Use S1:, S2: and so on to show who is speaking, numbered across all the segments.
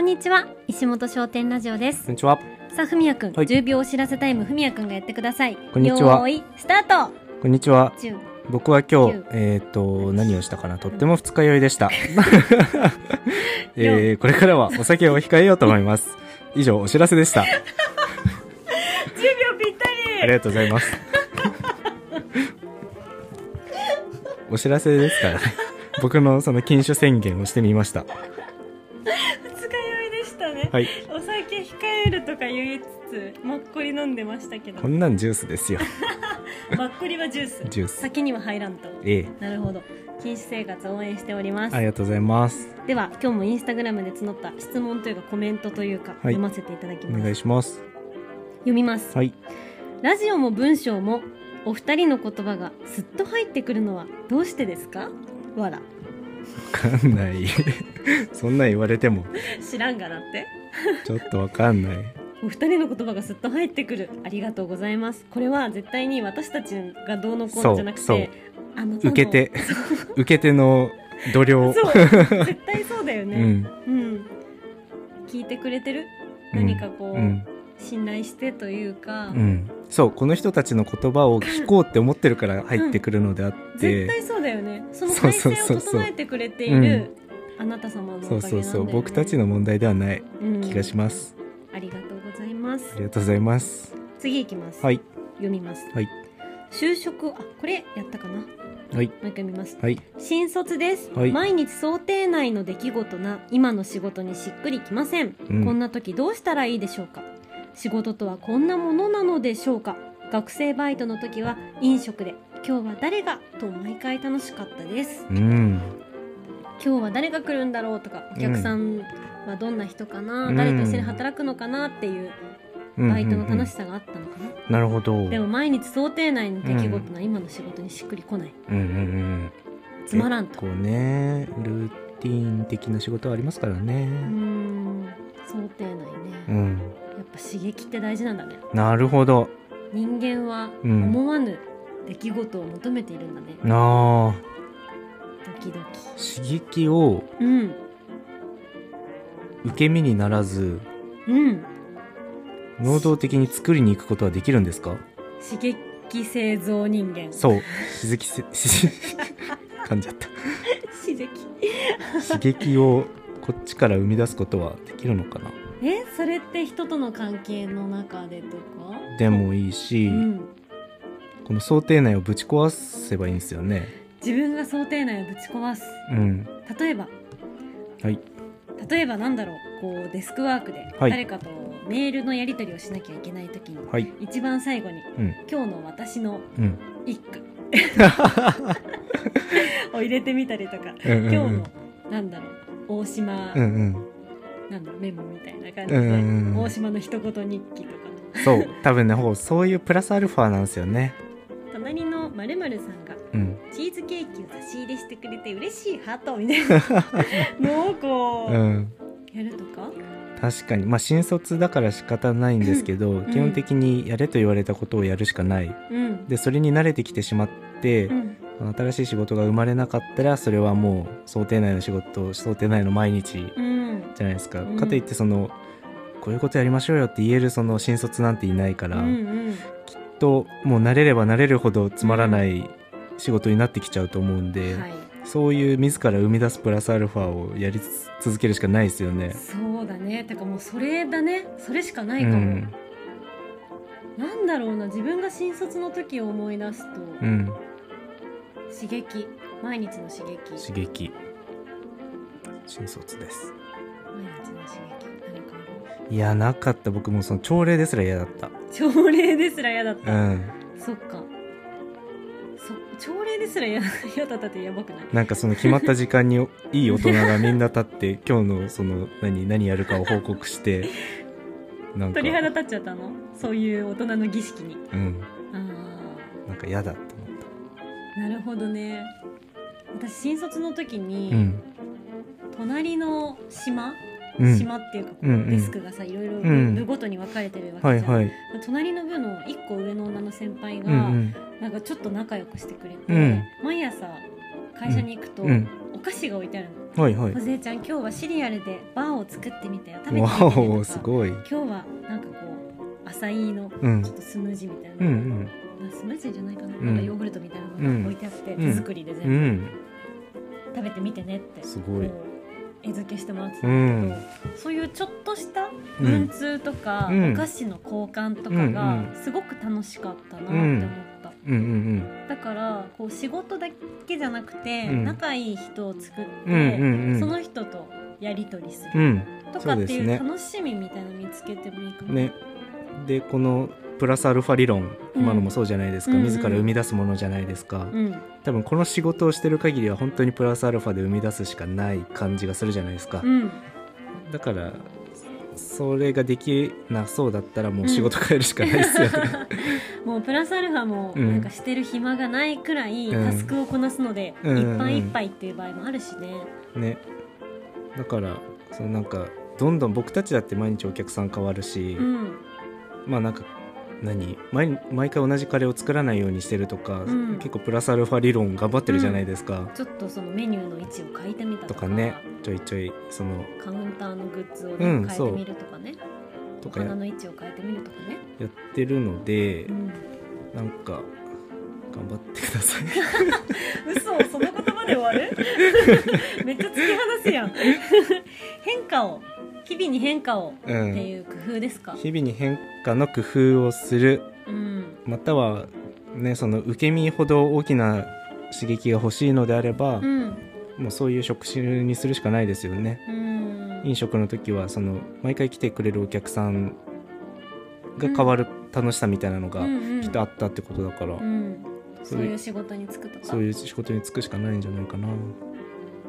S1: んにちは石本商店ラジオです
S2: こんにちは。
S1: さあふみやくん、
S2: はい
S1: 10秒お知らせタイムふみやくんがやってください
S2: こんにちは
S1: よーいスタート
S2: こんにちは。
S1: 10
S2: 僕は今日
S1: 九、
S2: えっ、と、何をしたかなとっても二日酔いでした。えー、これからはお酒を控えようと思います。以上、お知らせでした。あ
S1: 秒ぴった
S2: りがとうございます。お知らせですからね。僕のその禁酒宣言をしてみました。
S1: り二日酔いでしたね
S2: はい。
S1: お酒控えるとか言いつつもっこり飲んでましたけど
S2: こんなんジュースですよ。
S1: マッコリはジュース
S2: ジュース
S1: 先には入らんと
S2: ええ
S1: なるほど禁酒生活応援しております
S2: ありがとうございます。
S1: では今日もインスタグラムで募った質問というかコメントというか、
S2: い
S1: 読ませていただき
S2: お
S1: ます
S2: 願いします。
S1: 読みます、
S2: はい。
S1: ラジオも文章もお二人の言葉がすっと入ってくるのはどうしてですかわら
S2: わかんない。そんなん言われても、
S1: 知らんがなって
S2: ちょっとわかんない。
S1: お二人の言葉がすっと入ってくるありがとうございますこれは絶対に私たちがどうのこうのじゃなく
S2: そうそ
S1: て
S2: う
S1: あなたの
S2: 受けて、受けての度量。
S1: そう絶対そうだよ
S2: う
S1: ね、
S2: ん。
S1: うん、聞いてくれてる
S2: うん
S1: 何かこう、
S2: うん。
S1: 信頼してというか、
S2: うん。そう、この人たちの言葉を聞こうって思ってるから入ってくるのであっ
S1: 絶
S2: て、
S1: 対そうだよねその
S2: そう
S1: 体
S2: そう
S1: 制
S2: そ
S1: を
S2: うそう
S1: 整えてくれているあなた様のおかげ
S2: そ
S1: なん
S2: う
S1: だよね
S2: そうそう、僕たちの問題ではない気がします。
S1: うんありがとうございます
S2: ありがとうございます。
S1: 次いきます、
S2: はい。
S1: 読みます、
S2: はい
S1: 就職あこれやったかなもう
S2: はい。
S1: 一回読みます
S2: はい。
S1: 新卒です、
S2: はい
S1: 毎日想定内の出来事な今の仕事にしっくりきません、
S2: うん
S1: こんな時どうしたらいいでしょうか仕事とはこんなものなのでしょうか学生バイトの時は飲食で今日は誰がと毎回楽しかったです
S2: うん。
S1: 今日は誰が来るんだろうとかお客さんはどんな人かな、
S2: うん
S1: 誰と一緒に働くのかなっていうバイトの楽し
S2: さ。
S1: さがあったのかな、
S2: なるほど。うん
S1: でも毎日想定内の出来事な今の仕事にしっくりこない、
S2: うんうん。
S1: つまらんと
S2: こうね、ルーティン的な仕事はありますから
S1: うー
S2: ね。
S1: ん想定内ね、
S2: うん。
S1: やっぱ刺激って大事なんだね
S2: なるほど。
S1: 人間は
S2: うん
S1: 思わぬ出来事を求めているんだね、
S2: なあ。
S1: ドキドキ
S2: 刺激を
S1: うん
S2: 受け身にならず、
S1: うん
S2: 能動的に作りに行くことはできるんですか
S1: 刺激製造人 間
S2: そう。刺激せ、噛んじゃった。
S1: 刺激
S2: 刺激をこっちから生み出すことはできるのかな
S1: えそれって人との関係の中でとか
S2: でもいいし、
S1: うん
S2: この想定内をぶち壊せばいいんですよね。
S1: 自分が想定内をぶち壊す
S2: うん。
S1: 例えば
S2: はい。
S1: 例えばなんだろうこうデスクワークで
S2: はい
S1: 誰かとメールのやり取りをしなきゃいけない時に、
S2: はい。
S1: 一番最後に、
S2: うん
S1: 今日の私の
S2: うん。
S1: 一 句を入れてみたりとか
S2: うん
S1: 今日のなんだろう大島、
S2: うんうん。
S1: なんだろうメモみたいな感じで、
S2: うんうんうん
S1: 大島の一言日記とか
S2: そう。多分ね、ほぼそういうプラスアルファなんですよね。
S1: 隣のまるさんが
S2: うん。
S1: チーズケーキを差し入れしてくれて嬉しいハートみたいな のをこう、
S2: うん。
S1: やるとか
S2: 確かに。まあ、新卒だから仕方ないんですけど、
S1: ん
S2: 基本的にやれと言われたことをやるしかない。
S1: うん
S2: で、それに慣れてきてしまって、
S1: うん
S2: 新しい仕事が生まれなかったらそれはもう想定内の仕事想定内の毎日
S1: うん
S2: じゃないですか、
S1: うん
S2: かといってそのこういうことやりましょうよって言えるその新卒なんていないか
S1: う
S2: ら、
S1: んうん
S2: ともう慣れれば慣れるほどつまらない仕事になってきちゃうと思うんで、
S1: はい
S2: そういう自ら生み出すプラスアルファをやりつ続けるしかないですよね。
S1: そうだねてかもうそれだねそれしかないうかも、
S2: ん、
S1: なんだろうな自分が新卒の時を思い出すと、
S2: うん、
S1: 刺激毎日の刺激
S2: 刺激新卒です
S1: 毎日の刺激何か
S2: いやなかった僕もその朝礼ですら嫌だった
S1: ある朝礼ですら嫌だった、
S2: うん
S1: そっかそ朝礼ですら嫌嫌だった ってやばくない
S2: なんかその決まった時間にいい大人がみんな立って今日のその何何やるかを報告して なんか
S1: 鳥肌立っちゃったのそういう大人の儀式に
S2: うん
S1: あ
S2: なんか嫌だと思っ
S1: あなるほどね私新卒の時に、
S2: たうん
S1: 隣の島、
S2: うん
S1: 島っていうかこう、
S2: うんうん
S1: デスクがさいろいろ
S2: うん
S1: 部部ごとに分かれてるわけじゃん、
S2: はいはい
S1: 隣の部の1個上の女の先輩が、
S2: うん
S1: なんかちょっと仲良くしてくれて、
S2: うん
S1: 毎朝会社に行くと、
S2: うんうん
S1: お菓子が置いてあるの
S2: はいはい
S1: 「小。ちゃん今日はシリアルでバーを作ってみたよ食べてみてね」
S2: わ
S1: と
S2: お、
S1: か
S2: すごい。
S1: 今日はなんかこうアサイの
S2: うん
S1: ちょっとスムージーみたいな、
S2: うんうん。
S1: まあスムージーじゃないかな,、
S2: うん
S1: なんかヨーグルトみたいなのが置いてあって、
S2: うん
S1: 手作りで全
S2: う
S1: 部、
S2: ん。
S1: 食べてみてねって
S2: すごい
S1: こう絵付けしてもらってた
S2: うん
S1: だけ
S2: ん。
S1: ど、そういうちょっとした
S2: う
S1: 文
S2: ん。
S1: 通とか、
S2: うん
S1: お菓子の交換とか
S2: うん
S1: がすごく楽しかったなって思った、
S2: うんうん
S1: だからこう仕事だけじゃなくて、
S2: うん
S1: 仲いい人を作って、
S2: うん。うんうんうん。
S1: その人とやり取りす
S2: う
S1: る
S2: ん。
S1: とかって
S2: そう
S1: い
S2: です
S1: う
S2: ね
S1: 楽しみみたいなの見つけてもいいかな、
S2: ね。で、このプラスアルファ理論、
S1: うん
S2: 今のもそうじゃないですか。
S1: うんうん
S2: 自ら生み出すものじゃないですか。
S1: うん、
S2: 多分この仕事をしてる限りは本当にプラスアルファで生み出すしかない感じがするじゃないですか。
S1: うん、
S2: だから、それができなそうだったらもう仕事変えるしかないですよね。
S1: もうプラスアルファも
S2: うん
S1: なんかしてる暇がないくらい
S2: うん
S1: タスクをこなすので、
S2: うん
S1: いっぱいいっぱいっていう場合もあるしね。
S2: ねだからそのなんかどんどん僕たちだって毎日お客さん変わるし、
S1: うん、
S2: まあなんか何毎毎回同じカレーを作らないようにしてるとか、
S1: うん
S2: 結構プラスアルファ理論頑張ってるじゃないですか、
S1: ちょっとそのメニューの位置を変えてみた
S2: と
S1: とか
S2: かねちょいちょいその
S1: カウンターのグッズを、ね
S2: うん
S1: 変え
S2: そう
S1: てみるとかね
S2: と
S1: お
S2: か
S1: 花
S2: や
S1: の位置を変えてみるとかね。
S2: やってるので
S1: う、ん、
S2: なんか頑張ってください
S1: 嘘その言葉で終わる めっちゃ突き放すや ん変化を日々に変化を
S2: う
S1: って
S2: ん
S1: いう工夫ですか、
S2: 日々に変化の工夫をする
S1: うん
S2: またはねその受け身ほど大きな刺激が欲しいのであれば、
S1: うん
S2: もうそういう職種にするしかないですよね
S1: うん
S2: 飲食の時はその毎回来てくれるお客さんが変わる楽しさみたいなのが
S1: うんうん
S2: きっとあったってことだか
S1: う
S2: ら、
S1: ん、
S2: そ
S1: そうう
S2: いう
S1: いう仕事に就くとか
S2: そういう仕事に就くしかないんじゃないかな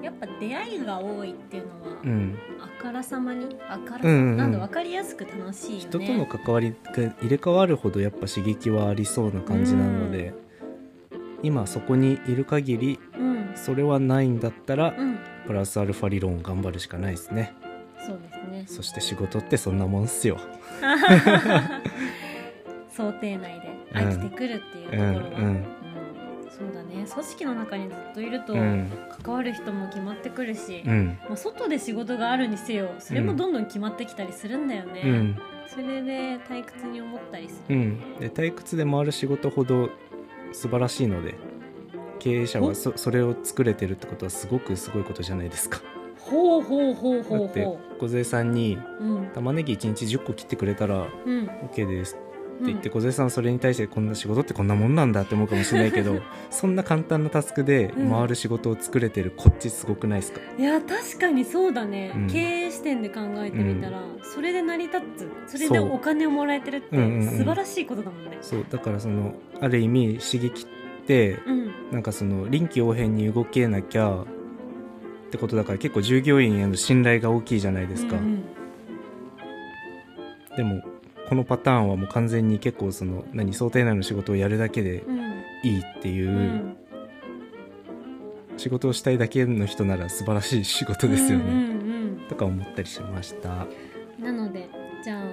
S1: やっぱ出会いが多いっていうのは、
S2: うん
S1: あからさまにあからさ、
S2: うんうんうん
S1: なんだ分かりやすく楽しいよね
S2: 人との関わりが入れ替わるほどやっぱ刺激はありそうな感じなので、今そこにいる限り
S1: うん、
S2: それはないんだったら、
S1: うん、
S2: プラスアルファ理論を頑張るしかないですね
S1: そうですね
S2: そして仕事ってそんなもんっすよ
S1: 想定内で飽きてくるっていうところは、
S2: うんうん
S1: うんそうだね組織の中にずっといると、
S2: うん
S1: 関わる人も決まってくるし、
S2: うん
S1: まあ、外で仕事があるにせよそれもどんどん決まってきたりするんだよね、
S2: うん
S1: それで退屈に思ったりす
S2: う
S1: る、
S2: ん、で退屈で回る仕事ほど素晴らしいので経営者は
S1: お
S2: そそれを作れてるってことはすごくすごいことじゃないですか。
S1: ほうほうほう
S2: だ
S1: ほう
S2: って
S1: ほ
S2: 梢さんに
S1: ううん
S2: 玉ねぎ1日10個切ってくれたら
S1: うん
S2: OK ですって
S1: うん
S2: 言って梢、さんはそれに対してこんな仕事ってこんなもんなんだって思うかもしれない けどそんな簡単なタスクで
S1: うん
S2: 回る仕事を作れてるこっちすごくないですか、
S1: いや確かにそうだね、
S2: うん
S1: 経営視点で考えてみたら、それで成り立つそれで
S2: そう
S1: お金をもらえてるって
S2: うんうんうん
S1: 素晴らしいことだもんね
S2: そうだからそのある意味刺激って
S1: うん
S2: なんかその臨機応変に動けなきゃってことだから結構従業員への信頼が大きいじゃないですか、
S1: うんうん
S2: でもこのパターンはもう完全に結構その何想定内の仕事をやるだけで
S1: うん
S2: いいっていう、
S1: うん
S2: 仕事をしたいだけの人なら素晴らしい仕事ですよね、
S1: うんうん
S2: とか思ったりしました
S1: うんなのでじゃあ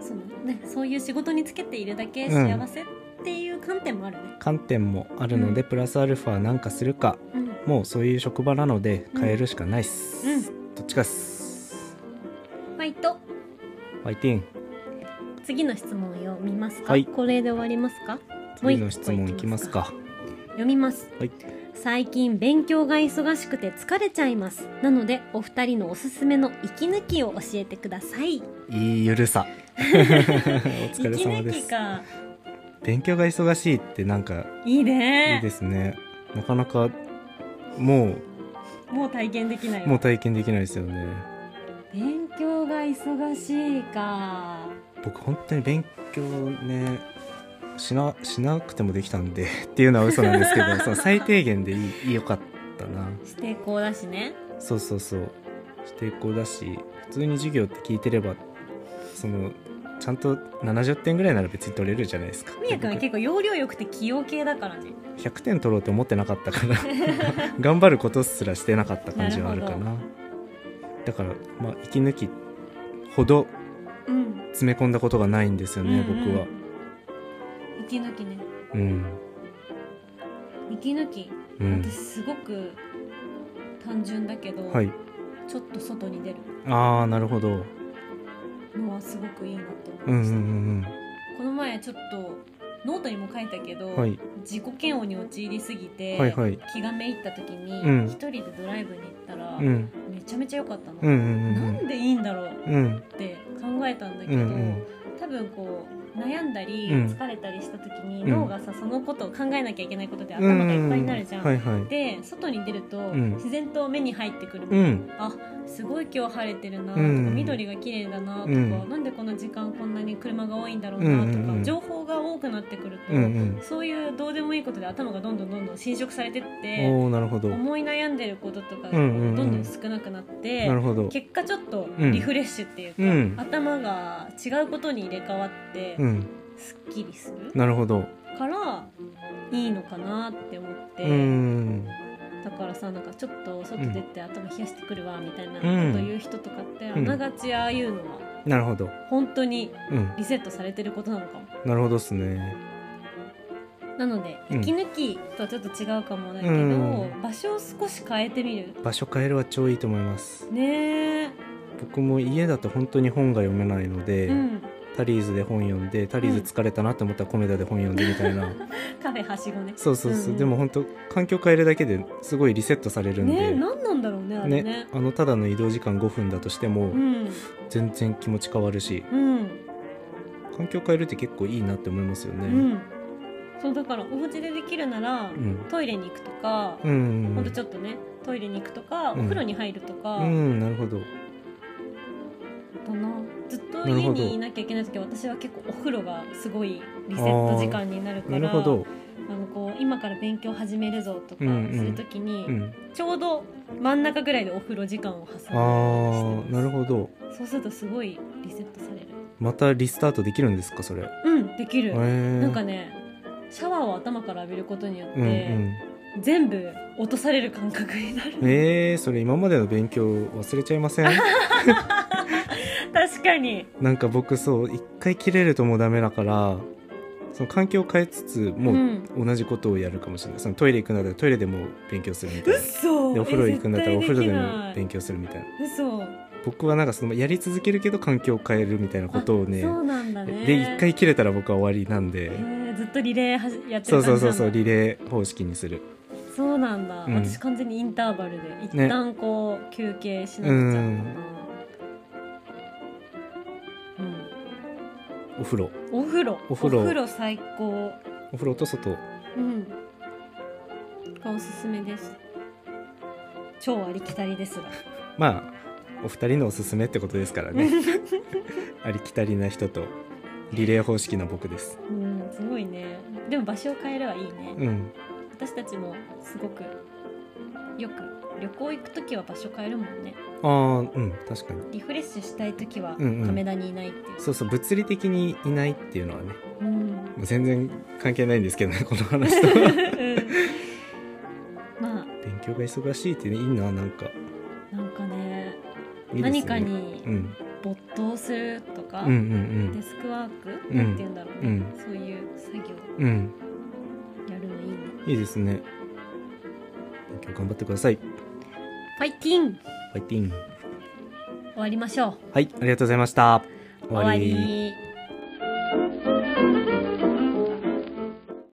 S1: そのねそういう仕事につけているだけ幸せっていう観点もあるね、
S2: 観点もあるので、プラスアルファなんかするか
S1: うん
S2: もうそういう職場なので
S1: うん
S2: 変えるしかないっす、
S1: うん
S2: どっちかっす
S1: ファイト
S2: ファイティン
S1: 次の質問を読みますか、
S2: はい
S1: これで終わりますか
S2: 次の質問いきますか
S1: 読みます
S2: はい
S1: 最近勉強が忙しくて疲れちゃいますなのでお二人のおすすめの息抜きを教えてください
S2: いいゆるさ お疲れ
S1: 息
S2: 様
S1: 抜
S2: で
S1: き
S2: す
S1: か
S2: 勉強が忙しいってなんか
S1: いい
S2: い
S1: ね
S2: いですねなかなかも
S1: もう体験できないう
S2: もう体験できないですよね
S1: 勉強が忙しいか
S2: 僕本当に勉強ねしなしなくてもできたんで っていうのは嘘なんです けどその最低限でいい良かったな
S1: 指定校だしね
S2: そうそうそう指定校だし普通に授業って聞いてればそのちゃんと70点ぐらいなら別に取れるじゃないですか
S1: みやくんは
S2: 僕
S1: 結構要領よくて器用系だからね
S2: 100点取ろうと思ってなかったから 頑張ることすらしてなかった感じはあるかな
S1: なる
S2: だからまあ息抜きほど
S1: うん
S2: 詰め込んだことがないんですよね、
S1: うんうん
S2: 僕は
S1: 息抜きね
S2: うん
S1: 息抜き、
S2: うん
S1: 私すごく単純だけど、
S2: はい
S1: ちょっと外に出る
S2: ああなるほど
S1: のはすごくいいなと思い
S2: うん
S1: ま
S2: うん
S1: した、
S2: うん
S1: この前ちょっとノートにも書いたけど、
S2: はい
S1: 自己嫌悪に陥りすぎて、
S2: はいはい
S1: 気がめいった時に、
S2: うん
S1: 一人でドライブに行ったら、
S2: うんうん
S1: めちゃめちゃ良かったの、
S2: うん
S1: なんでいいんだろう
S2: うんうん
S1: って考えたんだけ
S2: う
S1: ど、
S2: んうん
S1: 多分こう悩んだり
S2: うん
S1: 疲れたりした時に、
S2: うん
S1: 脳がさそのことを考えなきゃいけないことで頭がいっぱいになるじゃん。
S2: はいはい
S1: で外に出ると、
S2: ん
S1: 自然と目に入ってくるも
S2: う
S1: の、
S2: ん
S1: あすごい今日晴れてるなとか、
S2: うん
S1: 緑が綺麗だなとか、
S2: うん
S1: なんでこの時間こんなに車が多いんだろうなとか、
S2: うんうんうん
S1: 情報が多くなってくると、
S2: うんうん
S1: そういうどうでもいいことで頭がどんどんどんどん侵食されてって
S2: おおなるほどな
S1: 思い悩んでることとかがこ
S2: う
S1: うん
S2: うんうん
S1: どんどん少なくなって、
S2: るほど
S1: 結果ちょっとリフレッシュっていうか、
S2: うん
S1: 頭が違うことに入れ替わって
S2: うん
S1: すっきりする
S2: なるほど
S1: からいいのかなって思って、
S2: うん
S1: だからさなんかちょっと外出て頭冷やしてくるわみたいなこと
S2: うん
S1: 言う人とかって、
S2: ん
S1: あながちああいうのは
S2: なるほど
S1: 本当に
S2: うん
S1: リセットされてることなのかも。
S2: なるほどっすね
S1: なので
S2: うん
S1: 息抜きとはちょっと違うかもだけど、
S2: うん
S1: 場所を少し変えてみる
S2: 場所変えるは超いいと思います
S1: ねえ、
S2: 僕も家だと本当に本が読めないので、
S1: うん、
S2: タリーズで本読んでタリーズ疲れたなと思ったらコメダで本読んでみたいな、
S1: カフェはしごね
S2: そうそうそう、
S1: んん
S2: でも本当環境変えるだけですごいリセットされるんで、
S1: ねえ何なんだろうねあれね
S2: ねあのただの移動時間5分だとしても、
S1: うん
S2: 全然気持ち変わるし
S1: うん
S2: 環境変えるって結構いいなって思いますよね。
S1: うん、そうだからお家でできるなら、
S2: うん
S1: トイレに行くとか、
S2: うんうん
S1: ほんとちょっとねトイレに行くとか、
S2: うん
S1: お風呂に入るとか、
S2: うんなるほど
S1: だなずっと
S2: なる
S1: 家
S2: ほど
S1: にいなきゃいけない時は私は結構お風呂がすごいリセット時間になるか
S2: な
S1: ら
S2: るほど、
S1: あのこう今から勉強始めるぞとか
S2: うんうん
S1: する時に、
S2: うん、
S1: ちょうど真ん中ぐらいでお風呂時間を挟んで
S2: あーなる
S1: ど
S2: ほど
S1: そうするとすごいリセットされる
S2: またリスタートできるんですかそれ。
S1: うんできる、
S2: な
S1: なんかねシャワーを頭から浴びることによって、
S2: うんうん
S1: 全部落とされる感覚になる、
S2: えー、それ今までの勉強忘れちゃいま せん
S1: 確かに
S2: なんか僕そう一回切れるともうダメだからその環境を変えつつもう同じことをやるかもしれない、そのトイレ行くならトイレでも勉強するみたいな
S1: 嘘
S2: でお風呂行くんだったらお風呂でも
S1: 強
S2: 勉強するみたいな
S1: 嘘
S2: 僕はなんかそのやり続けるけど環境を変えるみたいなことをね
S1: そうなんだね
S2: で一回切れたら僕は終わりなんで
S1: へーずっとリレーはじやって
S2: そ
S1: る感
S2: う
S1: じ
S2: そうそうそう
S1: なんだ
S2: リレー方式にする
S1: そうなんだ、
S2: うん
S1: 私完全にインターバルで一旦こう、休憩しなくちゃかな
S2: お風呂
S1: うん、お風呂
S2: お風呂
S1: 最高
S2: お風呂と外
S1: うんがおすすめです超ありきたりですが
S2: まあお二人のおすすめってことですからね ありきたりな人とリレー方式の僕です
S1: うんすごいねでも場所を変えればいいね、
S2: うん
S1: 私たちもすごくよく旅行行く時は場所変えるもんね
S2: ああうん確かに
S1: リフレッシュしたい時は
S2: うんうん
S1: 亀田にいないっていう、
S2: そうそう物理的にいないっていうのはね
S1: うん
S2: もう全然関係ないんですけどねこ の話と勉
S1: うんま
S2: 強が忙しいってねいいななんか
S1: あなんかね
S2: いいですね
S1: 何か
S2: う
S1: に
S2: ん
S1: 没頭するとか、
S2: うんうん
S1: デスクワーク、
S2: うん
S1: なんて言うんだろうね、
S2: うん
S1: そういう作業
S2: うんうん
S1: やるのいいね
S2: いいですね勉強頑張ってくださいフ
S1: ファイティン
S2: ァイティン
S1: 終わりましょう
S2: はいありがとうございました
S1: 終わり